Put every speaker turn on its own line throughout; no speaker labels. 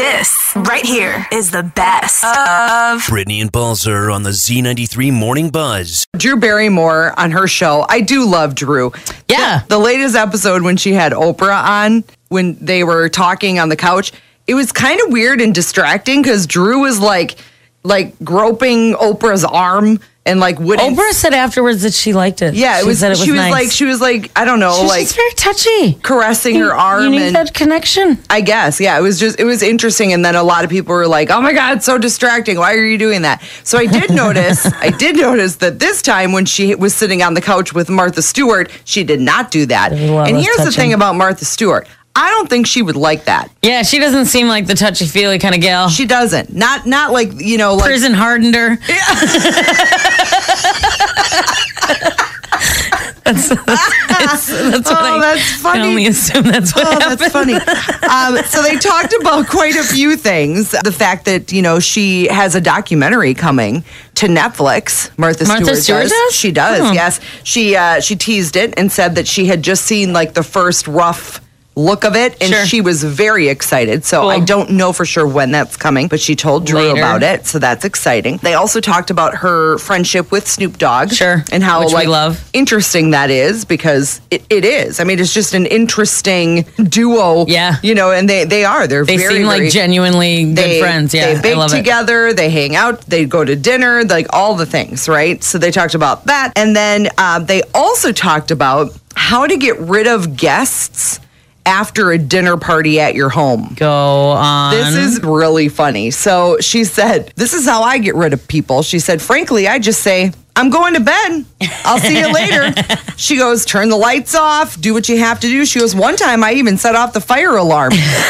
This right here is the best of
Brittany and Balzer on the Z93 Morning Buzz.
Drew Barrymore on her show. I do love Drew.
Yeah.
The, the latest episode when she had Oprah on, when they were talking on the couch, it was kind of weird and distracting because Drew was like, like groping Oprah's arm and like wouldn't.
Oprah said afterwards that she liked it.
yeah, it
she
was,
Said it was
She was
nice.
like, she was like, I don't know,
She's
like
just very touchy.
caressing her arm.
You need
and,
that connection.
I guess. Yeah, it was just it was interesting and then a lot of people were like, "Oh my god, it's so distracting. Why are you doing that?" So I did notice, I did notice that this time when she was sitting on the couch with Martha Stewart, she did not do that.
There's a lot
And
less
here's the
touching.
thing about Martha Stewart. I don't think she would like that.
Yeah, she doesn't seem like the touchy feely kind of gal.
She doesn't. Not not like, you know, like
Prison hardened her. that's, that's- that's what
Oh,
I,
that's funny.
I only assume that's what
Oh,
happened.
that's funny. Um, so they talked about quite a few things. The fact that you know she has a documentary coming to Netflix. Martha,
Martha Stewart does?
She does.
Hmm.
Yes. She uh, she teased it and said that she had just seen like the first rough look of it, and
Sure.
she was very excited. So
Cool.
I don't know for sure when that's coming, but she told Drew
Later.
about it, so that's exciting. They also talked about her friendship with Snoop Dogg,
Sure.
and how
Which we
like
love.
interesting that is because it, it is. I mean, it's just an interesting duo.
Yeah.
You know, and they, they are. They're
They
very,
seem like
very-
genuinely good
they,
friends. Yeah,
They bake
I love it.
together, they hang out, they go to dinner, like all the things, right? So they talked about that. And then uh, they also talked about how to get rid of guests after a dinner party at your home.
Go on.
This is really funny. So she said, This is how I get rid of people. She said, Frankly, I just say, I'm going to bed. I'll see you later. she goes, Turn the lights off, do what you have to do. She goes, One time I even set off the fire alarm.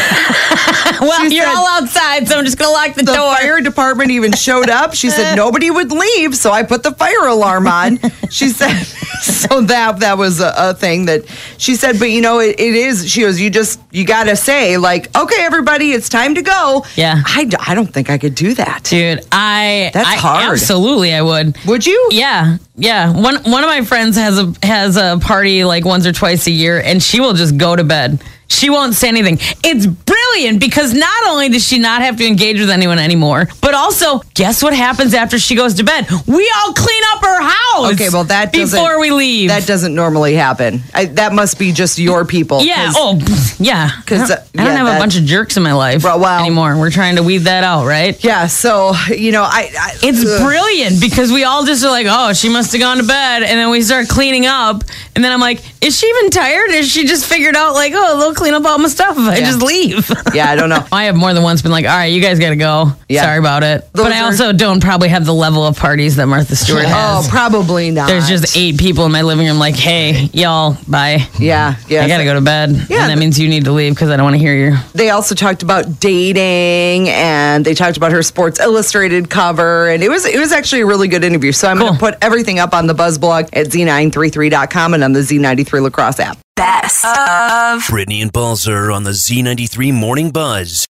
well,
she
you're
said-
all outside, so I'm just gonna lock the,
The
door.
fire department even showed up. She said nobody would leave, so I put the fire alarm on. She said, so that that was a, a thing that she said. But you know, it, it is. She goes, you just you gotta say like, okay, everybody, it's time to go.
Yeah.
I, d- I don't think I could do that.
Dude, I
That's
I-
hard.
Absolutely, I would.
Would you?
Yeah, yeah. One one of my friends has a has a party like once or twice a year, and she will just go to bed. She won't say anything. It's brilliant because not only does she not have to engage with anyone anymore, but also guess what happens after she goes to bed? We all clean up her house.
Okay, well that doesn't-
before we leave.
That doesn't normally happen. I, that must be just your people.
yeah.
'cause-
Oh, yeah.
'Cause,
I
uh,
don't, I don't
yeah,
have
that-
a bunch of jerks in my life
Well, well-
anymore. We're trying to weed that out, right?
yeah. So you know, I, I
It's
ugh.
brilliant because we all just are like, oh, she must have gone to bed. And then we start cleaning up. And then I'm like, is she even tired? Is she just figured out, like, oh, they'll clean up all my stuff if I just leave?
Yeah, I don't know.
I have more than once been like, all right, you guys got to go.
Yeah.
Sorry about it.
Those
but I
are-
also don't probably have the level of parties that Martha Stewart
Oh,
has.
probably not.
There's just eight people in my living room, like, hey, y'all, bye.
yeah, yeah.
I got to go to bed.
Yeah,
and that
th-
means you need to leave because I don't want to hear your.
they also talked about dating and they talked about her Sports Illustrated cover and it was it was actually a really good interview. So I'm going
Cool.
to put everything up on the Buzz blog at z933.com and on the Z93 Lacrosse app.
best of
Brittany and Balzer on the Z93 Morning Buzz.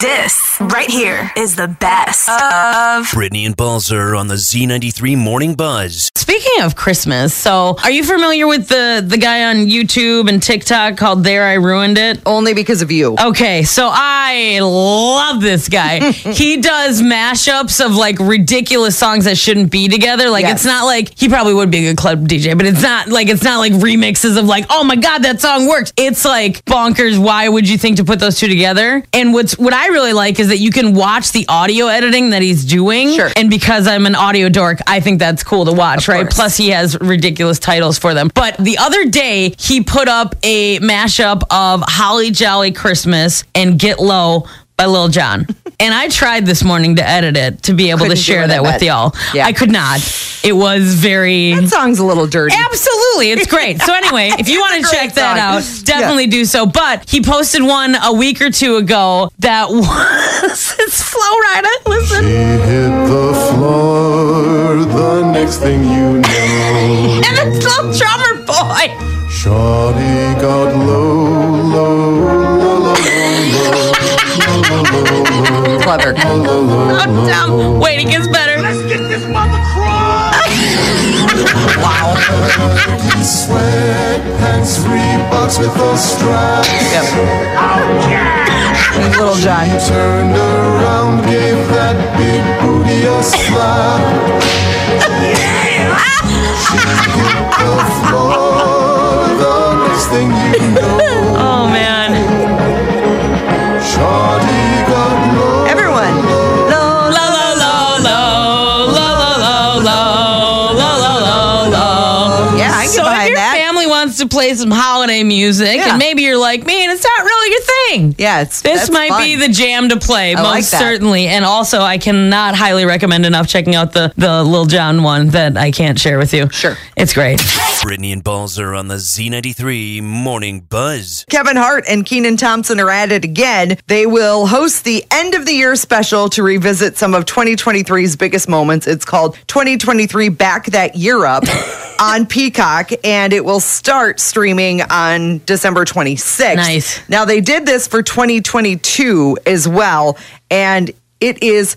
this right here is the best of
Brittany and Balzer on the Z93 Morning Buzz.
Speaking of Christmas, so are you familiar with the the guy on YouTube and TikTok called There I Ruined It?
Only because of you.
Okay, so I love this guy. he does mashups of like ridiculous songs that shouldn't be together. Like
Yes.
it's not like he probably would be a good club DJ, but it's not like it's not like remixes of like, oh my god, that song works. It's like bonkers. Why would you think to put those two together? And what's what I really like is that you can watch the audio editing that he's doing.
Sure.
And because I'm an audio dork, I think that's cool to watch, right?
course.
Plus he has ridiculous titles for them. But the other day, he put up a mashup of Holly Jolly Christmas and Get Low by Lil Jon. and I tried this morning to edit it to be able
Couldn't
to
do
share
it, I
that with
bet.
y'all.
Yeah.
I could not. It was very.
That song's a little dirty.
Absolutely. It's great. So, anyway, if you want to
great
check that out,
song.
definitely do so. But he posted one a week or two ago that was. It's Flow Rider. Listen.
She hit the floor, the next thing you know.
And it's Lil Drummer Boy.
Shawty got low, low, low, low, low,
Clever.
low, low, low, low.
I'm dumb. Wait, it gets better.
Let's get this mother crunk.
Sweatpants, Reeboks with those straps.
Yep. Little John.
Turned around, gave that big booty a slap. Hit the floor, the next thing you know,
Oh man.
Shawty got low.
Everyone.
La la la la la la la la la la la.
Yeah, I can
So if
buy
your
that.
family wants to play some holiday music,
Yeah.
and maybe you're like, man, it's not really your thing.
yeah, it's
This
that's
might
fun.
be the jam to play,
I
most
like that.
certainly. And also, I cannot highly recommend enough checking out the the Lil Jon one that I can't share with you.
Sure.
it's great.
Brittany and Balzer on the Z93 Morning Buzz.
Kevin Hart and Keenan Thompson are at it again. They will host the end of the year special to revisit some of 2023's biggest moments. It's called 2023 Back That Year Up on Peacock, and it will start streaming on December 26th.
Nice.
Now, they did this for 2022 as well, and it is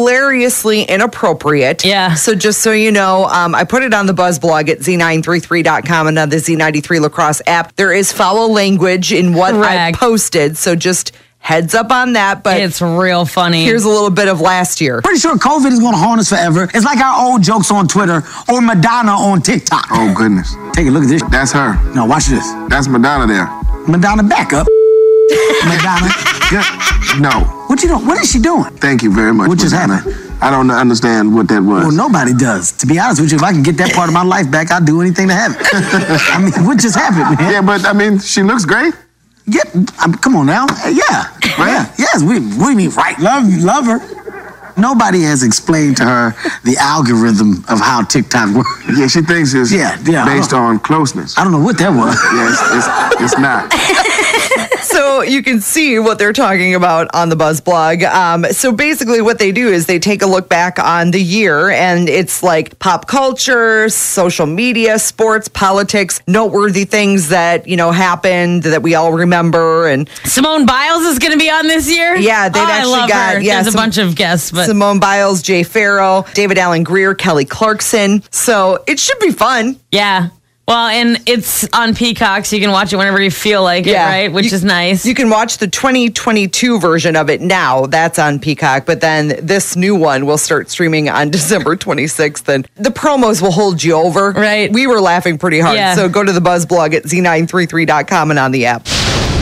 hilariously inappropriate.
Yeah.
So just so you know, um, I put it on the Buzz blog at z933.com and on the Z93 Lacrosse app. There is foul language in what I
Correct.
posted, so just heads up on that. But
It's real funny.
here's a little bit of last year.
Pretty sure COVID is going to haunt us forever. It's like our old jokes on Twitter or Madonna on TikTok.
Oh goodness.
Take a look at this.
That's her.
Now watch this.
That's Madonna there.
Madonna back up. Madonna,
Yeah. No.
what you doing? What is she doing?
Thank you very much.
What just
Madonna.
happened?
I don't understand what that was.
Well, nobody does. To be honest with you, if I can get that part of my life back, I'd do anything to have it. I mean, what just happened, man?
Yeah, but I mean, she looks great.
Yeah, um, come on now. Uh, Yeah, yeah, yes. We we mean right. Love love her. Nobody has explained to her the algorithm of how TikTok works.
Yeah, she thinks it's
Yeah, yeah, I
based
don't-
on closeness.
I don't know what that was.
yeah, it's, it's, it's not.
so you can see what they're talking about on the Buzz blog. Um, so basically, what they do is they take a look back on the year, and it's like pop culture, social media, sports, politics, noteworthy things that you know happened that we all remember, and
Simone Biles is going to be on this year.
Yeah, they've
oh, I
actually
love
got-
her.
yeah,
There's
some-
a bunch of guests, but
Simone Biles, Jay Farrow, David Allen Greer, Kelly Clarkson. So it should be fun.
yeah. Well, and it's on Peacock, so you can watch it whenever you feel like it, right? Which
You-
is nice.
You can watch the 2022 version of it now. That's on Peacock, but then this new one will start streaming on December 26th. And the promos will hold you over.
Right.
We were laughing pretty hard.
Yeah.
So go to the Buzz blog at z933.com and on the app.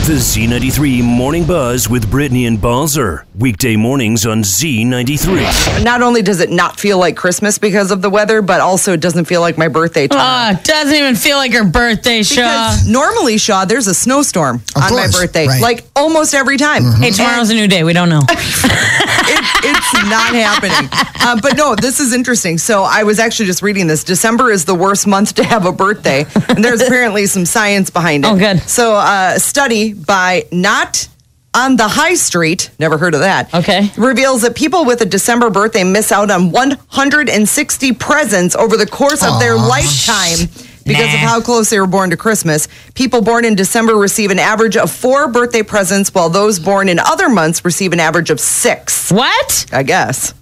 The Z93 Morning Buzz with Brittany and Balzer. Weekday mornings on Z93.
Not only does it not feel like Christmas because of the weather, but also it doesn't feel like my birthday tomorrow.
Ah, doesn't even feel like her birthday, Shaw.
because normally, Shaw, there's a snowstorm on
course,
my birthday,
right. Mm-hmm.
like almost every time.
Hey, tomorrow's a new day. We don't know.
it, it's not happening. Uh, but no, this is interesting. So I was actually just reading this. December is the worst month to have a birthday, and there's apparently some science behind it.
Oh, good.
So uh, a study by not. On the high street, never heard of that.
Okay.
Reveals that people with a December birthday miss out on 160 presents over the course of their lifetime because of
Nah.
how close they were born to Christmas. People born in December receive an average of four birthday presents, while those born in other months receive an average of six.
What?
I guess.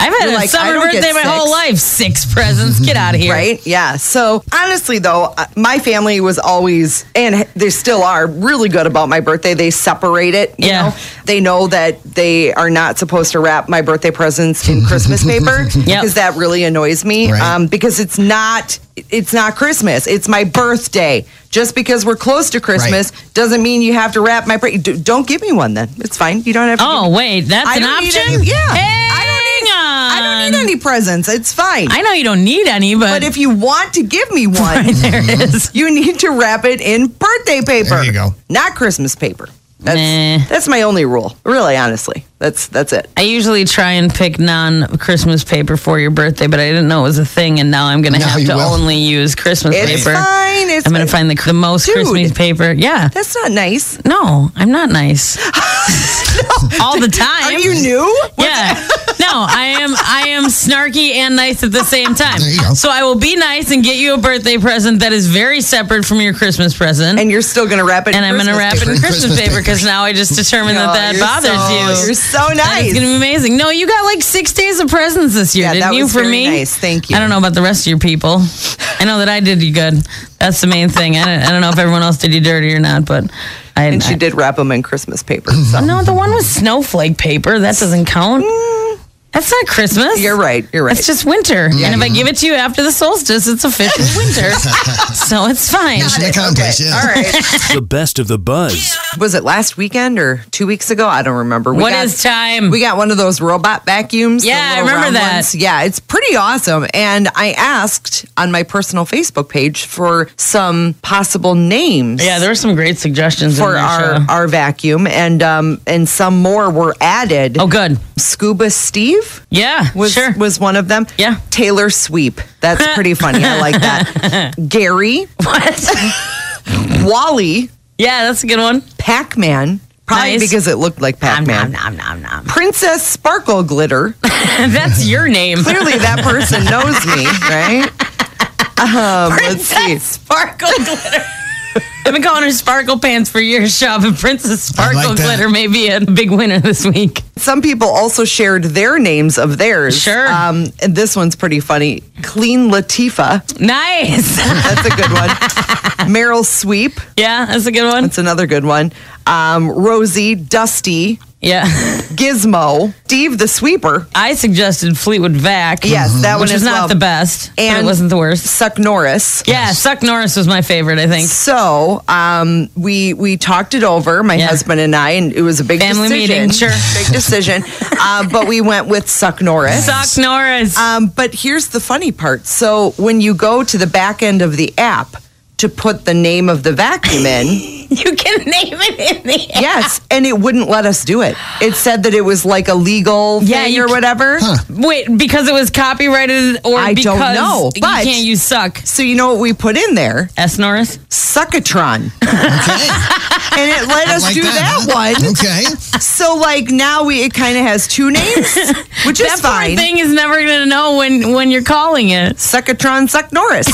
I've had
You're
a
like, I
summer
don't get
birthday my
six.
whole life. Six presents. Get out of here.
Right? Yeah. So honestly, though, uh, my family was always, and they still are, really good about my birthday. They separate it. You
Yeah.
Know? They know that they are not supposed to wrap my birthday presents in Christmas paper because
Yep.
that really annoys me.
Right.
Um, because it's not, it's not Christmas. It's my birthday. Just because we're close to Christmas doesn't mean you have to wrap my. Bra- D- don't give me one then. It's fine. You don't have to. give
Oh,
me-
wait. That's
I
an
don't need
option?
any- yeah. I
Hang on.
I don't need any presents. It's fine.
I know you don't need any, but,
But if you want to give me one,
there it is.
you need to wrap it in birthday paper.
There you go.
Not Christmas paper. That's
Nah.
that's my only rule. Really, honestly. That's that's it.
I usually try and pick non Christmas paper for your birthday, but I didn't know it was a thing, and now I'm going to
Now
have
you
to
will.
only use Christmas
It's
paper.
fine. It's
I'm going to find the, the most
Dude.
Christmas paper. Yeah.
that's not nice.
No, I'm not nice. All the time.
Are you new?
yeah. No, know. I am I am snarky and nice at the same time.
There you go.
So I will be nice and get you a birthday present that is very separate from your Christmas present.
and you're still gonna wrap it.
and I'm going to wrap it in
paper.
Christmas
Christmas
paper because
papers.
now I just determined
Oh,
that that
you're
bothers
so-
you.
You're so
And
nice.
It's gonna be amazing. No, you got like six days of presents this year,
Yeah,
didn't
that
you?
was
For
very
me,
nice. Thank you.
I don't know about the rest of your people. I know that I did you good. That's the main thing. I don't, I don't know if everyone else did you dirty or not, but I.
and she
I-
did wrap them in Christmas paper. So.
No, the one with snowflake paper that doesn't count. That's not Christmas.
You're right. You're right.
It's just winter. And if I give it to you after the solstice, it's officially winter. so it's fine.
Mission accomplished. Yeah.
all right.
The best of the buzz.
Was it last weekend or two weeks ago? I don't remember. We
What
got-
is time?
We got one of those robot vacuums. the
Yeah, I
little
remember
round
that.
ones. Yeah, it's pretty awesome. And I asked on my personal Facebook page for some possible names.
yeah, there were some great suggestions in
for
there,
our
Shayla.
our vacuum, and um and some more were added.
Oh, good.
Scuba Steve
Yeah,
was
sure.
was one of them.
Yeah.
Taylor Sweep. That's pretty funny. I like that. Gary,
What?
Wally,
yeah, that's a good one.
Pac Man. Probably
Nice.
because it looked like Pac Man.
nom, nom, nom.
Princess Sparkle Glitter.
That's your name.
Clearly, that person knows me, right? Um, let's see.
Princess Sparkle Glitter. I've been calling her Sparkle Pants for years, Shaw, but Princess
I like
Sparkle
that.
Glitter may be a big winner this week.
Some people also shared their names of theirs.
Sure.
Um, and this one's pretty funny. Clean Latifa.
Nice.
That's a good one. Meryl Sweep.
yeah, that's a good one.
That's another good one. Um, Rosie, Dusty,
Yeah.
Gizmo, Steve the Sweeper.
I suggested Fleetwood Vac. Mm-hmm.
Yes, that one
Which is
as
not
well.
the best, but
And-
it wasn't the worst.
Suck Norris.
Yeah, Suck Norris was my favorite, I think.
So um, we we talked it over, my
Yeah.
husband and I, and it was a big
Family
decision.
meeting, sure.
big decision. Uh, but we went with Suck Norris.
Suck Norris.
Um, but here's the funny part. So when you go to the back end of the app to put the name of the vacuum in,
you can name it in the
yes, and it wouldn't let us do it. It said that it was like a legal
Yeah,
thing
you
or
c-
whatever.
Wait, because it was copyrighted or
I
because
don't know,
you
but-
can't use Suck.
So you know what we put in there?
S Norris?
Suckatron.
Okay.
And it let us
Like
do that,
huh?
one.
Okay.
So like now we it kind of has two names, which is
that
fine.
poor thing is never gonna know when when you're calling it.
Suckatron, Suck Norris.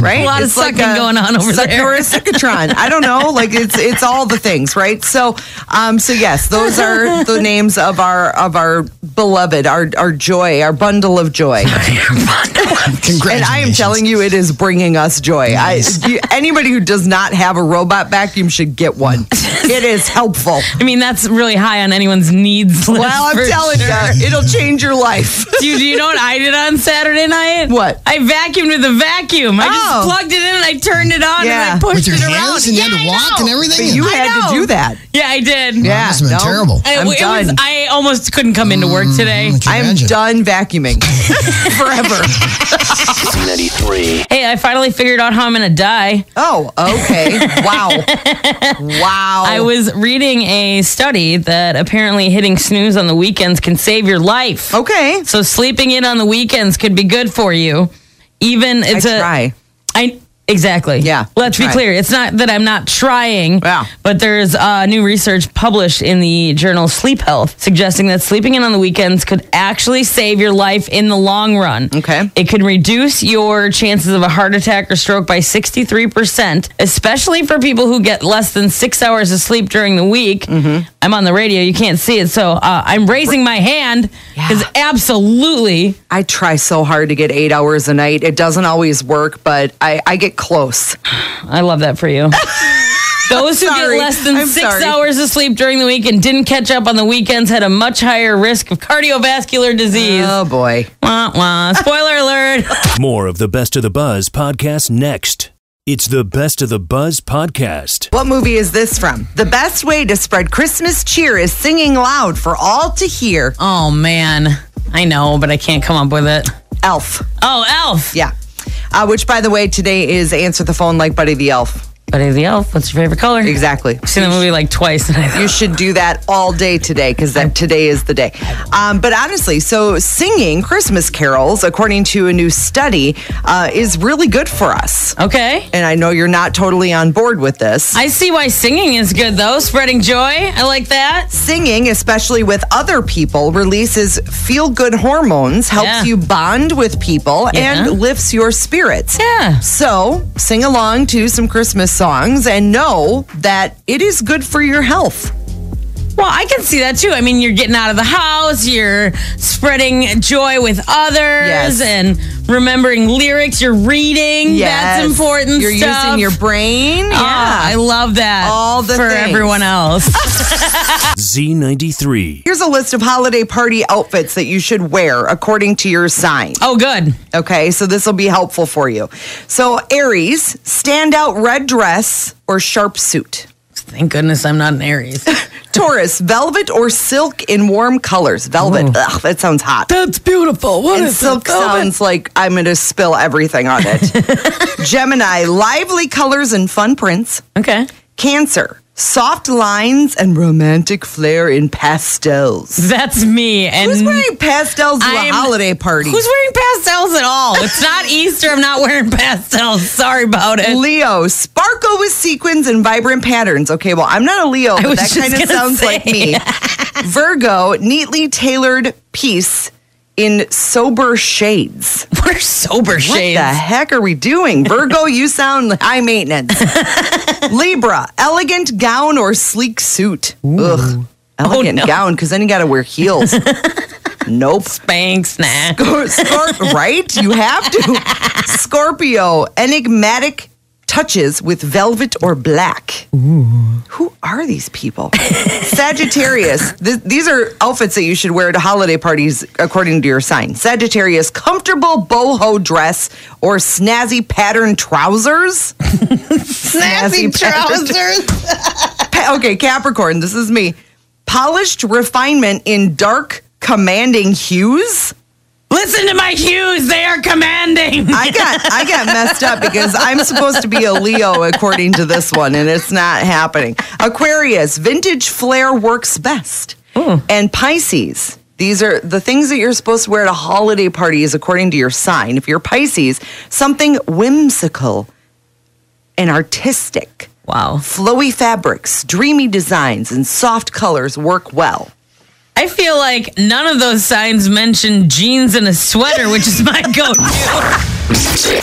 right?
A lot of sucking going on over
suck
there.
Norris, Suckatron. I don't know. Like it's it's all the things, right? So um so yes, those are the names of our of our beloved, our our joy, our bundle of joy.
Congratulations.
And I am telling you, it is bringing us joy. I, you, anybody who does not have a robot vacuum should get one. it is helpful.
I mean, that's really high on anyone's needs list.
Well, I'm
for
telling
sure.
you, it'll change your life.
Do you, do you know what I did on Saturday night?
What?
I vacuumed with a vacuum. I
Oh.
just plugged it in and I turned it on
Yeah.
and I pushed
With your
it around.
hands and you
yeah,
had to
I
walk
know.
and everything.
You
I
had to
know.
do that.
Yeah, I did.
Yeah,
This has been
no.
terrible.
I,
I'm
it
done. Mm.
Was, I almost couldn't come into work today.
I'm
Imagine.
done vacuuming forever.
Hey, I finally figured out how I'm going to die.
Oh, okay. Wow. wow.
I was reading a study that apparently hitting snooze on the weekends can save your life.
okay.
So sleeping in on the weekends could be good for you. Even
I
it's a
try.
I exactly.
Yeah,
Let's be
try.
clear. It's not that I'm not trying.
Yeah.
But there's uh, new research published in the journal Sleep Health suggesting that sleeping in on the weekends could actually save your life in the long run.
Okay.
It can reduce your chances of a heart attack or stroke by 63%, especially for people who get less than six hours of sleep during the week.
Mm-hmm.
I'm on the radio. You can't see it. So uh, I'm raising my hand because absolutely.
I try so hard to get eight hours a night. It doesn't always work, but I, I get close.
I love that for you. Those who
Sorry.
get less than
I'm
six
sorry.
hours of sleep during the week and didn't catch up on the weekends had a much higher risk of cardiovascular disease.
Oh boy.
wah, wah. Spoiler alert.
More of the best of the buzz podcast next. It's the best of the buzz podcast.
What movie is this from? The best way to spread Christmas cheer is singing loud for all to hear.
Oh, man. I know, but I can't come up with it.
Elf.
Oh, Elf.
Yeah. Uh, which, by the way, today is answer the phone like Buddy the Elf.
Buddy the Elf, what's your favorite color?
Exactly.
I've seen the movie like twice. And I
You should do that all day today because that today is the day. Um, but honestly, so singing Christmas carols, according to a new study, uh, is really good for us.
okay.
And I know you're not totally on board with this.
I see why singing is good though. Spreading joy. I like that.
Singing, especially with other people, releases feel good hormones, helps
Yeah.
you bond with people,
Yeah.
and lifts your spirits.
Yeah.
So, sing along to some Christmas songs and know that it is good for your health.
Well, I can see that too. I mean, you're getting out of the house, you're spreading joy with others,
Yes.
and remembering lyrics. You're reading. That's important.
You're
stuff.
using your brain.
Yeah, I love that.
All the
for
things.
everyone else.
Z93.
Here's a list of holiday party outfits that you should wear according to your sign.
oh, good.
Okay, so this will be helpful for you. So, Aries, standout red dress or sharp suit.
Thank goodness I'm not an Aries.
Taurus, velvet or silk in warm colors. Velvet, ugh, that sounds hot.
That's beautiful. What
And silk sounds like I'm going to spill everything on it. Gemini, lively colors and fun prints.
Okay.
Cancer, soft lines and romantic flair in pastels.
That's me. And
Who's wearing pastels to a
Mm. I'm-
holiday party?
Who's wearing pastels at all? It's not Easter. I'm not wearing pastels. Sorry about it.
Leo, sparkle with sequins and vibrant patterns. Okay, well, I'm not a Leo, but
was
that
just
kind of
gonna
sounds
say.
like me. Virgo, neatly tailored piece in sober shades.
We're sober shades.
What the heck are we doing? Virgo, you sound high maintenance. Libra, elegant gown or sleek suit. Ugh. Elegant
Oh, no.
gown, because then you got to wear heels. nope.
Spanx, nah.
Scorp- right? You have to. Scorpio, enigmatic touches with velvet or black. Who are these people? Sagittarius, th- these are outfits that you should wear to holiday parties according to your sign. Sagittarius, comfortable boho dress or snazzy pattern trousers. Snazzy pattern- Pa- okay, Capricorn, this is me. Polished refinement in dark, commanding hues.
Listen to my hues. They are commanding.
I got I got messed up because I'm supposed to be a Leo according to this one, and it's not happening. Aquarius, vintage flair works best, and Pisces. These are the things that you're supposed to wear at a holiday parties according to your sign. If you're Pisces, something whimsical and artistic.
wow.
Flowy fabrics, dreamy designs, and soft colors work well.
I feel like none of those signs mention jeans and a sweater, which is my go-to.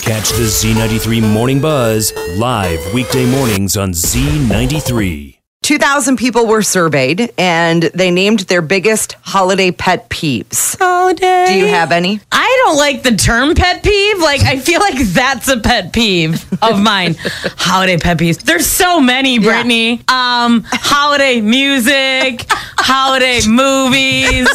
Catch the Z93 Morning Buzz live weekday mornings on Z93.
2,000 people were surveyed and they named their biggest holiday pet peeves.
Holiday.
Do you have any?
I don't like the term pet peeve. Like, I feel like that's a pet peeve of mine. holiday pet peeves. There's so many, Brittany. Um, holiday music, holiday movies.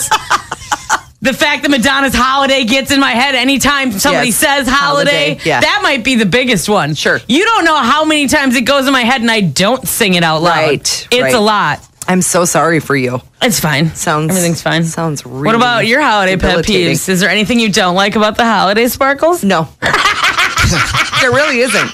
The fact that Madonna's holiday gets in my head anytime somebody
Yes.
says holiday,
Holiday, yeah.
that might be the biggest one.
Sure.
You don't know how many times it goes in my head and I don't sing it out loud.
Right,
It's
right.
a lot.
I'm so sorry for you.
It's fine.
Sounds-
everything's fine.
sounds
What about
really
your holiday pet
debilitating.
peeves? Is there anything you don't like about the holiday sparkles?
No, there really isn't.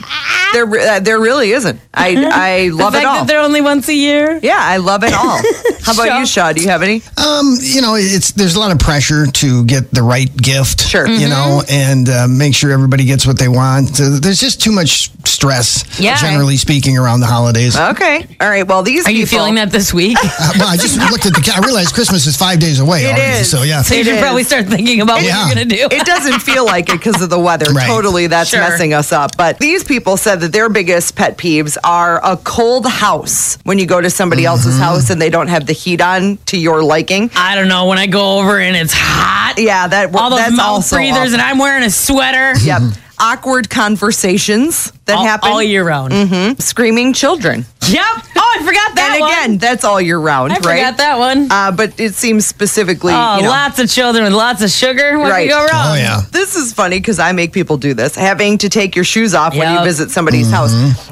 There, re- uh, there really isn't. I, I
The
love
fact
it all.
that they're only once a year.
Yeah, I love it all. How about you, Shaw? Do you have any?
Um, you know, it's there's a lot of pressure to get the right gift.
Sure. Mm-hmm.
You know, and uh, make sure everybody gets what they want. So there's just too much stress,
Yeah.
generally speaking, around the holidays.
Okay, all right. Well, these
Are you
people-
feeling that this week?
Uh, well, I just looked at the. ca- I realized Christmas is five days away. already,
is.
So yeah.
so you
It
should
is.
probably start thinking about
Yeah.
what you're gonna do.
It doesn't feel like it because of the weather.
Right.
Totally, that's
Sure.
messing us up. But these people said that their biggest pet peeves are a cold house when you go to somebody else's house and they don't have the heat on to your liking.
I don't know. When I go over and it's hot.
Yeah, that
All those
that's
mouth
also
breathers
awful.
and I'm wearing a sweater.
Yep. Awkward conversations that Mm-hmm.
All,
happen.
all year round.
Screaming children.
Yep. Oh, I forgot that
and
one.
again, that's all year round,
I
right?
forgot that one.
Uh, but it seems specifically.
oh,
you know,
lots of children with lots of sugar. What
Right.
could go wrong?
Oh yeah.
This is funny because I make people do this, having to take your shoes off when you
Yep.
visit somebody's house.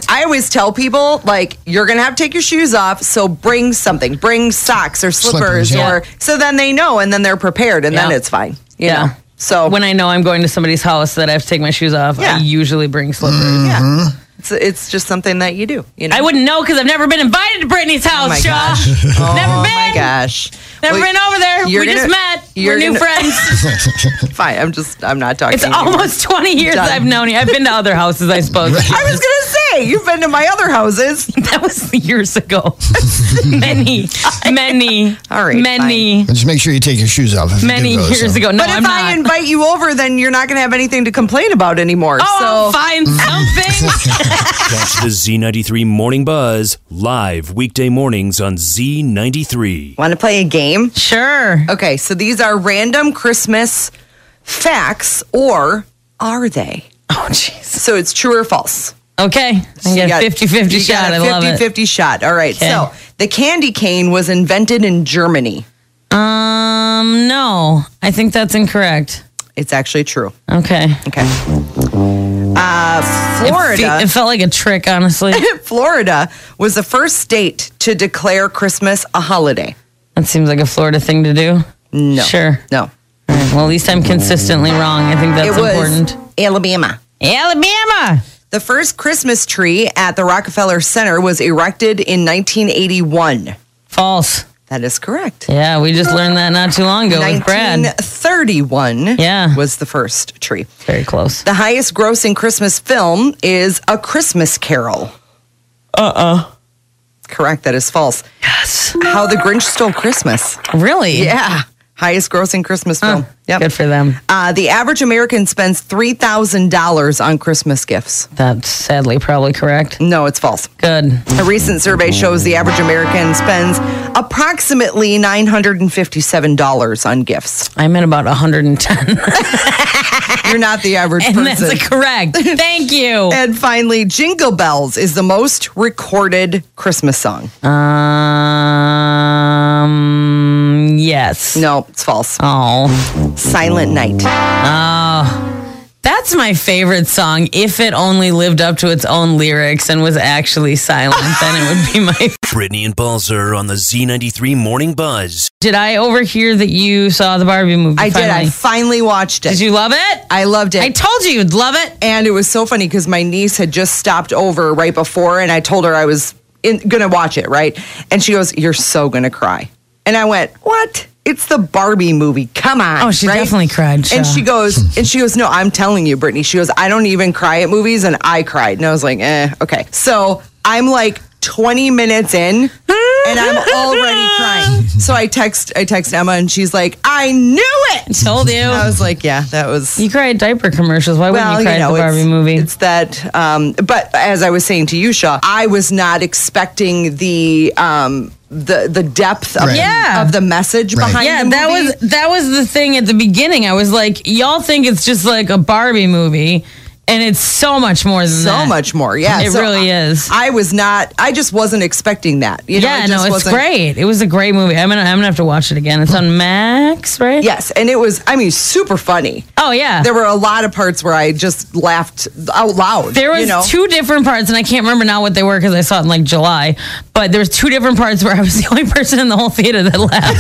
I always tell people, like, you're going to have to take your shoes off, so bring something. Bring socks or slippers,
Slippers, yeah.
or so then they know and then they're prepared and then
Yeah.
it's fine. You
Yeah.
know? So
When I know I'm going to somebody's house that I have to take my shoes off,
Yeah.
I usually bring slippers.
yeah. It's, it's just something that you do. You know.
I wouldn't know because I've never been invited to Brittany's
Oh my
house, Shaw.
gosh. Oh
Never
my
been.
gosh.
Never
Well,
been over there.
you're
We just
gonna-
met.
you're
We're
gonna-
new friends.
Fine. I'm just. I'm not talking.
It's
anymore.
almost 20 years
Done.
I've known you. I've been to other houses, I suppose.
I was gonna say you've been to my other houses.
that was years ago. many, many,
All right,
many,
Just make sure you take your shoes off. if you do
many
go,
years
so.
ago. No,
But if
I'm not.
I invite you over, then you're not gonna have anything to complain about anymore.
oh, I'll
so
find something.
Catch the Z93 Morning Buzz live weekday mornings on Z93.
want to play a game?
sure.
Okay. So these are random Christmas facts, or are they?
Oh, jeez.
So it's true or false.
Okay. I
You
got
got-
a 50 50
you got
shot.
a
I love it.
50-50 shot. All right.
Okay.
So the candy cane was invented in Germany.
Um, no, I think that's incorrect.
It's actually true.
Okay.
Okay. Uh, Florida.
It, fe- it felt like a trick, honestly.
Florida was the first state to declare Christmas a holiday.
that seems like a Florida thing to do.
No.
Sure.
No.
All right, well, at least I'm consistently wrong. I think that's
it was
important.
Alabama.
Alabama.
The first Christmas tree at the Rockefeller Center was erected in 1981.
False.
That is correct.
Yeah, we just learned that not too long ago with Brad.
1931
Yeah.
was the first tree.
Very close.
The highest grossing Christmas film is A Christmas Carol. Uh uh
Uh-uh.
Correct. That is false.
Yes.
How the Grinch Stole Christmas.
Really?
Yeah. Highest grossing Christmas film. Yep.
Good for them.
Uh, the average American spends $3,000 on Christmas gifts.
That's sadly probably correct.
No, it's false.
Good.
A recent survey shows the average American spends approximately $957 on gifts.
I'm at about 110,
You're not the average
and that's
person.
a correct. Thank you.
and finally, Jingle Bells is the most recorded Christmas song.
Um. Yes.
No, it's false.
Oh,
Silent Night.
that's my favorite song. If it only lived up to its own lyrics and was actually silent, then it would be my.
Brittany and Balzer on the Z93 Morning Buzz.
Did I overhear that you saw the Barbie movie?
I did. I
finally?
finally watched it.
Did you love it?
I loved it.
I told you you'd love it.
and it was so funny because my niece had just stopped over right before and i told her i was in, gonna watch it right and she goes you're so gonna cry and i went what it's the barbie movie come on
Oh, she
right?
definitely cried,
and
Shaw.
she goes and she goes no i'm telling you brittany she goes i don't even cry at movies and i cried and i was like eh okay so i'm like 20 minutes in and i'm already crying so i text i text emma and she's like i knew it
Told you.
i was like yeah that was
you cry at diaper commercials. Why wouldn't you cry at the Barbie
it's,
movie?
It's that, um, but as I was saying to you, Shaw, I was not expecting the um, the the depth of,
Right.
Yeah.
of the message
Right.
behind.
Yeah,
the
that
movie.
was that was the thing at the beginning. I was like, y'all think it's just like a Barbie movie, and it's so much more than
so
that.
much more. Yeah,
It
so
really
I-
is.
I was not. I just wasn't expecting that. You know,
yeah,
it just
no, it's
wasn't-
great. It was a great movie. I'm gonna I'm gonna have to watch it again. It's on Max, right?
Yes, and it was. I mean, super funny.
Oh yeah.
There were a lot of parts where I just laughed out loud.
There was
you know?
two different parts, and I can't remember now what they were because I saw it in like July. But there was two different parts where I was the only person in the whole theater that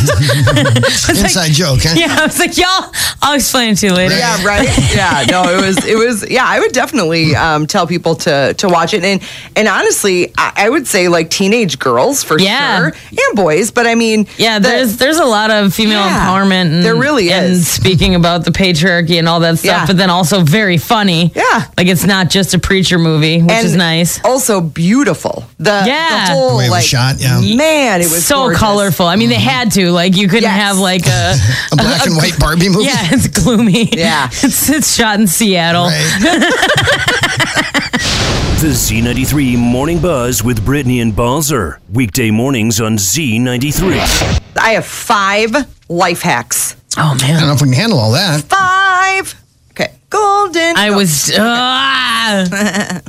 laughed. I was like,
Inside joke, huh?
yeah, I was like, y'all, I'll explain it to you later.
Yeah, right. Yeah, no, it was it was yeah, I would definitely um, tell people to to watch it and and honestly, I, I would say like teenage girls for
Yeah.
sure and boys, but I mean
Yeah,
the-
there's there's a lot of female
Yeah,
empowerment. And,
there really
and
is.
speaking about the patriarchy and all that stuff,
Yeah.
but then also very funny.
Yeah.
like it's not just a preacher movie, which
and
is nice.
Also beautiful. The
Yeah.
the whole
The way it was
like
shot, yeah.
Man, it was
so
gorgeous. Mm-hmm.
colorful. I mean, they had to. Like, you couldn't
Yes.
have like a
A black and white Barbie movie.
yeah. It's gloomy.
Yeah.
it's it's shot in Seattle.
Right.
The Z93 Morning Buzz with Brittany and Balzer. Weekday mornings on Z93.
I have five life hacks.
Oh
I don't
man,
know if we can handle all that.
Five. Okay. Golden.
I
no.
was. Ah!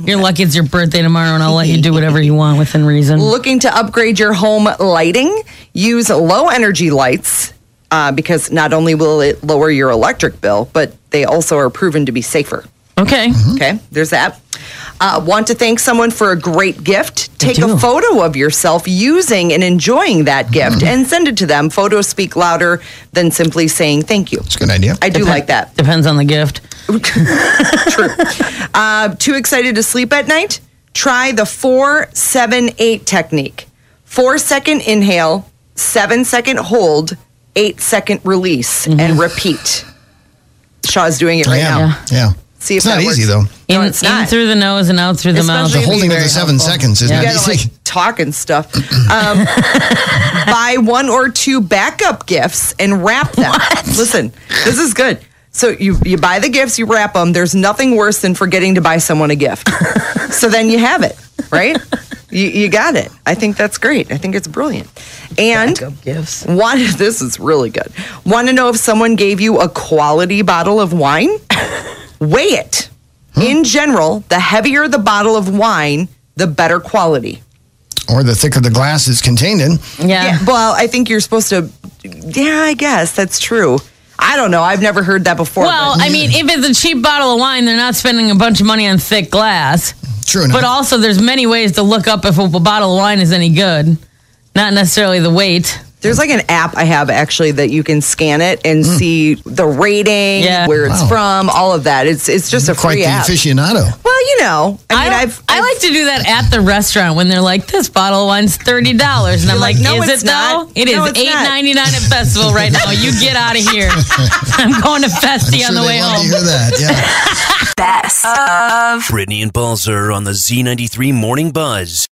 you're lucky it's your birthday tomorrow, and I'll let you do whatever you want within reason.
looking to upgrade your home lighting, use low energy lights uh, because not only will it lower your electric bill, but they also are proven to be safer.
Okay.
Okay, there's that. Uh, want to thank someone for a great gift? Take
do.
a photo of yourself using and enjoying that gift and send it to them. Photos speak louder than simply saying thank you.
It's a good idea.
I do like that.
Depends on the gift.
True. Uh, too excited to sleep at night? Try the four, seven, eight technique. Four second inhale, seven second hold, eight second release, and repeat. Shaw's doing it right
Mm-hmm. yeah.
now.
Yeah.
See if
it's not
that
easy,
works.
though.
No,
in,
it's not.
in through the nose and out through the mouth.
Especially
The holding of
very
the seven
helpful.
seconds is
You
not
gotta
easy.
like talk and stuff. Um, buy one or two backup gifts and wrap them. Listen, this is good. So you you buy the gifts, you wrap them. There's nothing worse than forgetting to buy someone a gift. so then you have it, right? You, you got it. I think that's great. I think it's brilliant. And
gifts.
one, this is really good. Want to know if someone gave you a quality bottle of wine? Weigh it. In general, the heavier the bottle of wine, the better quality.
or the thicker the glass is contained in.
Yeah.
Well, I think you're supposed to. Yeah, I guess that's true. I don't know. I've never heard that before.
Well,
but-
I mean, if it's a cheap bottle of wine, they're not spending a bunch of money on thick glass.
True enough.
But also, there's many ways to look up if a bottle of wine is any good. Not necessarily the weight.
there's like an app I have actually that you can scan it and see the rating,
Yeah.
where it's
Hmm. Wow.
from, all of that. It's it's just a
Quite
free
the
app.
aficionado.
Well, you know, I
I,
mean,
don't-
I've,
I like to do that at the restaurant when they're like, "This bottle of wine's thirty dollars," and I'm
like,
like,
"No,
"Is
it's
it though?
not.
It is
No, it's
eight
not."
ninety nine at festival right now. You get out of here. I'm going to
I'm
Festi
sure
on the
they
way
love
home."
to hear that. Yeah.
Best of.
Brittany and Balzer on the Z93 Morning Buzz.